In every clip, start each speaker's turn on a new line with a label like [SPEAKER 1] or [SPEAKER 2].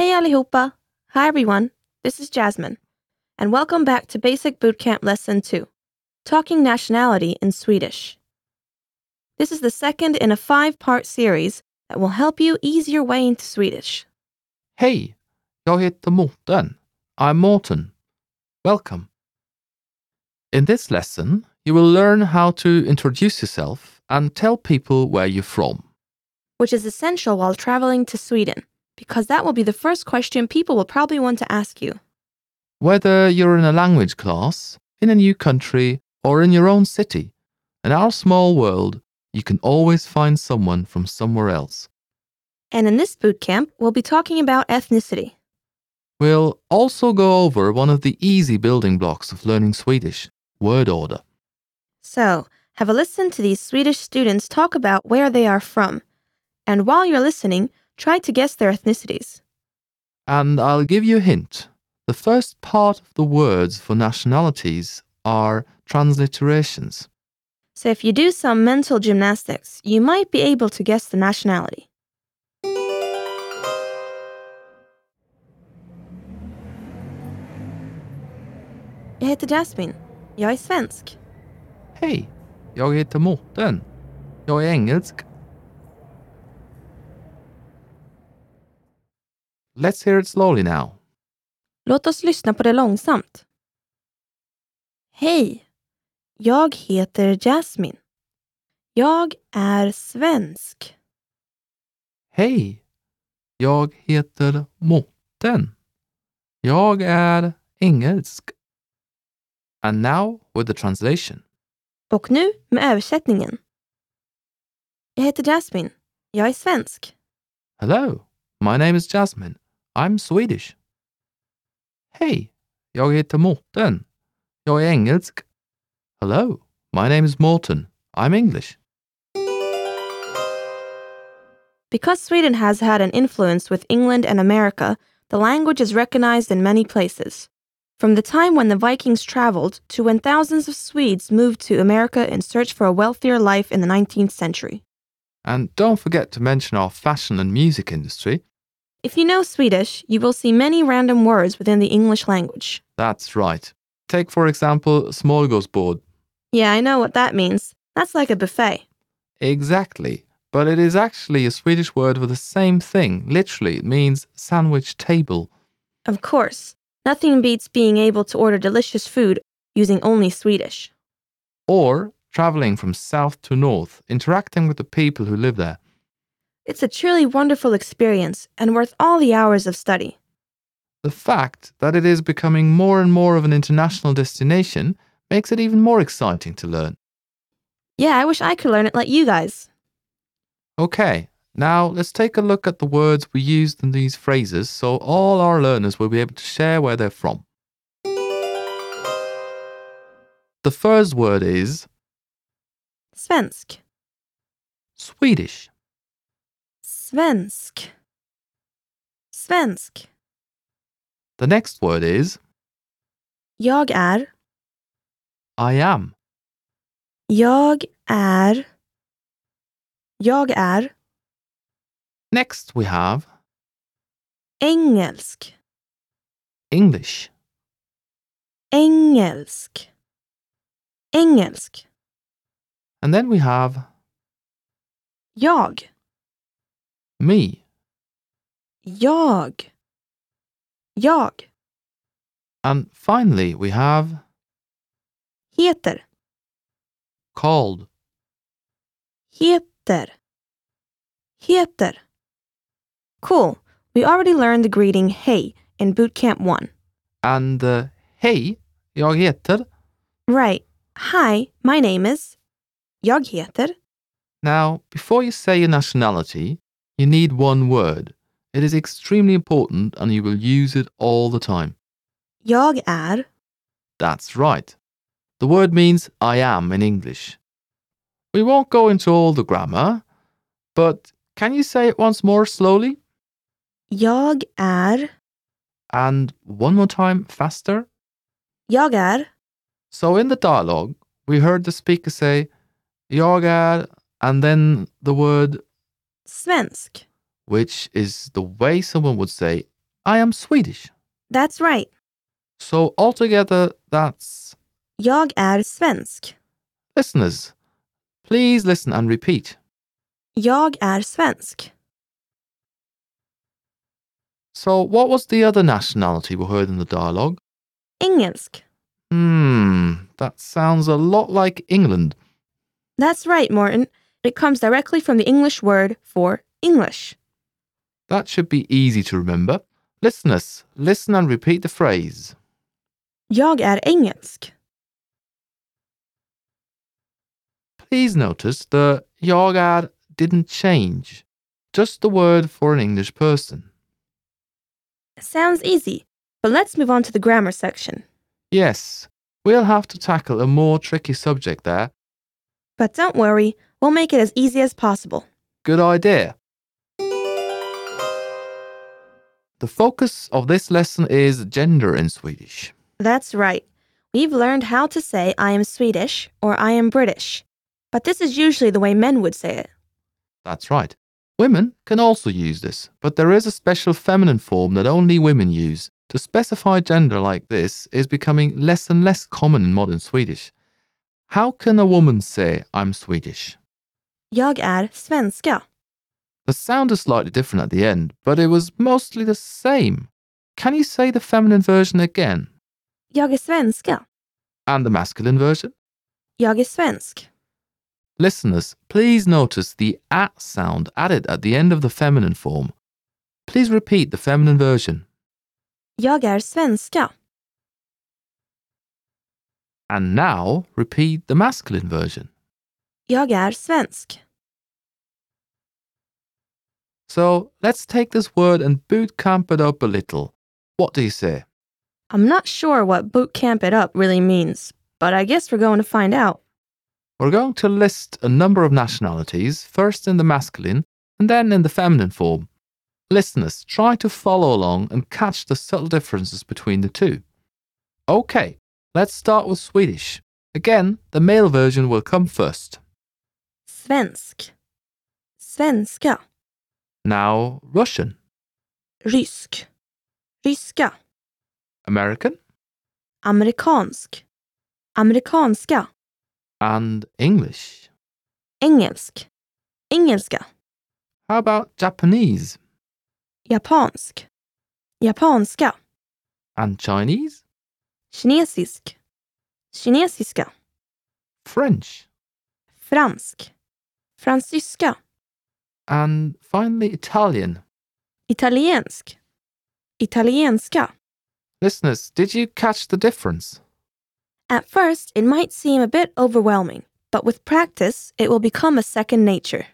[SPEAKER 1] allihopa! Hi everyone, this is Jasmine, and welcome back to Basic Bootcamp Lesson 2 Talking Nationality in Swedish. This is the second in a five part series that will help you ease your way into Swedish.
[SPEAKER 2] Hej! Jag heter Morten. I'm Morten. Welcome. In this lesson, you will learn how to introduce yourself and tell people where you're from.
[SPEAKER 1] which is essential while traveling to Sweden, because that will be the first question people will probably want to ask you.
[SPEAKER 2] Whether you're in a language class, in a new country, or in your own city, in our small world, you can always find someone from somewhere else.
[SPEAKER 1] And in this bootcamp, we'll be talking about ethnicity.
[SPEAKER 2] We'll also go over one of the easy building blocks of learning Swedish word order.
[SPEAKER 1] So, have a listen to these Swedish students talk about where they are from. And while you're listening, try to guess their ethnicities.
[SPEAKER 2] And I'll give you a hint. The first part of the words for nationalities are transliterations.
[SPEAKER 1] So, if you do some mental gymnastics, you might be able to guess the nationality. Jag heter Jasmine. Jag är svensk.
[SPEAKER 2] Hej, jag heter Morten. Jag är engelsk. Let's hear it slowly now.
[SPEAKER 1] Låt oss lyssna på det långsamt. Hej! Jag heter Jasmine. Jag är svensk.
[SPEAKER 2] Hej, jag heter Morten. Jag är engelsk. And now with the translation.
[SPEAKER 1] Och nu med översättningen. Jag heter Jasmine. Jag är svensk.
[SPEAKER 2] Hello, my name is Jasmine. I'm Swedish. Hej, jag heter Morten. Jag är engelsk. Hello, my name is Morten. I'm English.
[SPEAKER 1] Because Sweden has had an influence with England and America, the language is recognized in many places. From the time when the Vikings traveled to when thousands of Swedes moved to America in search for a wealthier life in the 19th century.
[SPEAKER 2] And don't forget to mention our fashion and music industry.
[SPEAKER 1] If you know Swedish, you will see many random words within the English language.
[SPEAKER 2] That's right. Take, for example, smorgasbord.
[SPEAKER 1] Yeah, I know what that means. That's like a buffet.
[SPEAKER 2] Exactly. But it is actually a Swedish word for the same thing. Literally, it means sandwich table.
[SPEAKER 1] Of course, nothing beats being able to order delicious food using only Swedish.
[SPEAKER 2] Or traveling from south to north, interacting with the people who live there.
[SPEAKER 1] It's a truly wonderful experience and worth all the hours of study.
[SPEAKER 2] The fact that it is becoming more and more of an international destination makes it even more exciting to learn.
[SPEAKER 1] Yeah, I wish I could learn it like you guys.
[SPEAKER 2] Okay, now let's take a look at the words we used in these phrases so all our learners will be able to share where they're from. The first word is
[SPEAKER 1] Svensk.
[SPEAKER 2] Swedish.
[SPEAKER 1] Svensk. Svensk.
[SPEAKER 2] The next word is
[SPEAKER 1] Jag är.
[SPEAKER 2] I am.
[SPEAKER 1] Jag är. Jag är.
[SPEAKER 2] Next we have
[SPEAKER 1] Engelsk.
[SPEAKER 2] English.
[SPEAKER 1] Engelsk. Engelsk.
[SPEAKER 2] And then we have
[SPEAKER 1] Jag.
[SPEAKER 2] me.
[SPEAKER 1] Jag. Jag.
[SPEAKER 2] And finally we have
[SPEAKER 1] Heter.
[SPEAKER 2] called.
[SPEAKER 1] Heter. Heter. Cool. We already learned the greeting hey in bootcamp 1.
[SPEAKER 2] And uh, hey, jag heter.
[SPEAKER 1] Right. Hi, my name is. Jag heter.
[SPEAKER 2] Now, before you say your nationality, you need one word. It is extremely important and you will use it all the time.
[SPEAKER 1] Jag är.
[SPEAKER 2] That's right. The word means I am in English. We won't go into all the grammar, but can you say it once more slowly?
[SPEAKER 1] Jag är.
[SPEAKER 2] And one more time faster?
[SPEAKER 1] Jag är.
[SPEAKER 2] So in the dialogue, we heard the speaker say, Jag är, and then the word,
[SPEAKER 1] Svensk.
[SPEAKER 2] which is the way someone would say, I am Swedish.
[SPEAKER 1] That's right.
[SPEAKER 2] So altogether, that's.
[SPEAKER 1] Jag är svensk.
[SPEAKER 2] Listeners, please listen and repeat.
[SPEAKER 1] Jag är svensk.
[SPEAKER 2] So, what was the other nationality we heard in the dialogue?
[SPEAKER 1] Engelsk.
[SPEAKER 2] Hmm, that sounds a lot like England.
[SPEAKER 1] That's right, Morton. It comes directly from the English word for English.
[SPEAKER 2] That should be easy to remember. Listeners, listen and repeat the phrase.
[SPEAKER 1] Jag är engelsk.
[SPEAKER 2] Please notice the yagad didn't change, just the word for an English person.
[SPEAKER 1] Sounds easy, but let's move on to the grammar section.
[SPEAKER 2] Yes, we'll have to tackle a more tricky subject there.
[SPEAKER 1] But don't worry, we'll make it as easy as possible.
[SPEAKER 2] Good idea. The focus of this lesson is gender in Swedish.
[SPEAKER 1] That's right. We've learned how to say I am Swedish or I am British, but this is usually the way men would say it.
[SPEAKER 2] That's right. Women can also use this, but there is a special feminine form that only women use. To specify gender like this is becoming less and less common in modern Swedish. How can a woman say, I'm Swedish?
[SPEAKER 1] Jag är svenska.
[SPEAKER 2] The sound is slightly different at the end, but it was mostly the same. Can you say the feminine version again?
[SPEAKER 1] Jag är svenska.
[SPEAKER 2] And the masculine version?
[SPEAKER 1] Jag är svensk.
[SPEAKER 2] Listeners, please notice the at sound added at the end of the feminine form. Please repeat the feminine version.
[SPEAKER 1] Jag är svenska.
[SPEAKER 2] And now repeat the masculine version.
[SPEAKER 1] Jag är svensk.
[SPEAKER 2] So let's take this word and boot camp it up a little. What do you say?
[SPEAKER 1] I'm not sure what boot camp it up really means, but I guess we're going to find out.
[SPEAKER 2] We're going to list a number of nationalities, first in the masculine and then in the feminine form. Listeners, try to follow along and catch the subtle differences between the two. Okay, let's start with Swedish. Again, the male version will come first.
[SPEAKER 1] Svensk. Svenska.
[SPEAKER 2] Now, Russian,
[SPEAKER 1] Rysk. Ryska.
[SPEAKER 2] American,
[SPEAKER 1] Amerikansk. Amerikanska.
[SPEAKER 2] and English.
[SPEAKER 1] Engelsk. Engelska.
[SPEAKER 2] How about Japanese
[SPEAKER 1] Japansk. Japanska.
[SPEAKER 2] and Chinese?
[SPEAKER 1] Kinesisk. Kinesiska.
[SPEAKER 2] French,
[SPEAKER 1] Fransk. Fransyska.
[SPEAKER 2] and finally Italian.
[SPEAKER 1] Italiensk. Italienska.
[SPEAKER 2] Listeners, did you catch the difference?
[SPEAKER 1] At first, it might seem a bit overwhelming, but with practice, it will become a second nature.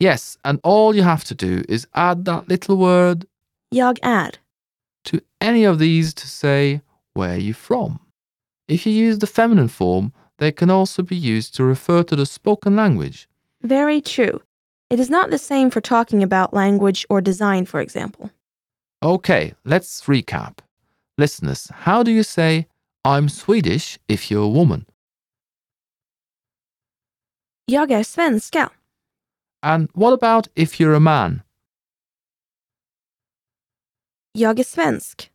[SPEAKER 2] Yes, and all you have to do is add that little word
[SPEAKER 1] Jag är.
[SPEAKER 2] to any of these to say, Where are you from? If you use the feminine form, they can also be used to refer to the spoken language.
[SPEAKER 1] Very true. It is not the same for talking about language or design, for example.
[SPEAKER 2] Okay, let's recap. Listeners, how do you say, I'm Swedish if you're a woman?
[SPEAKER 1] Jag är svenska.
[SPEAKER 2] And what about if you're a man?
[SPEAKER 1] Jag är svensk.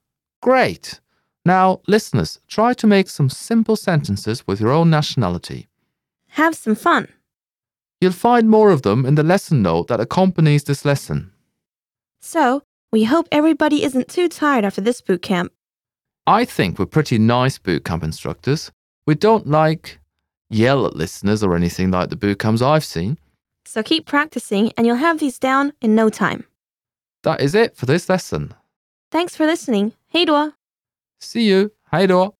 [SPEAKER 2] Great! Now, listeners, try to make some simple sentences with your own nationality.
[SPEAKER 1] Have some fun.
[SPEAKER 2] You'll find more of them in the lesson note that accompanies this lesson.
[SPEAKER 1] So, we hope everybody isn't too tired after this boot camp.
[SPEAKER 2] I think we're pretty nice bootcamp instructors. We don't like yell at listeners or anything like the bootcamps I've seen.
[SPEAKER 1] So keep practicing and you'll have these down in no time.
[SPEAKER 2] That is it for this lesson.
[SPEAKER 1] Thanks for listening. Hej då!
[SPEAKER 2] See you. Hej då.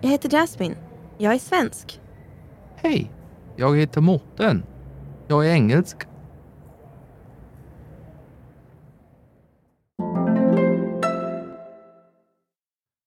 [SPEAKER 1] Jag heter Jasmine. Jag är svensk.
[SPEAKER 2] Hej, jag heter Mårten. Jag är engelsk.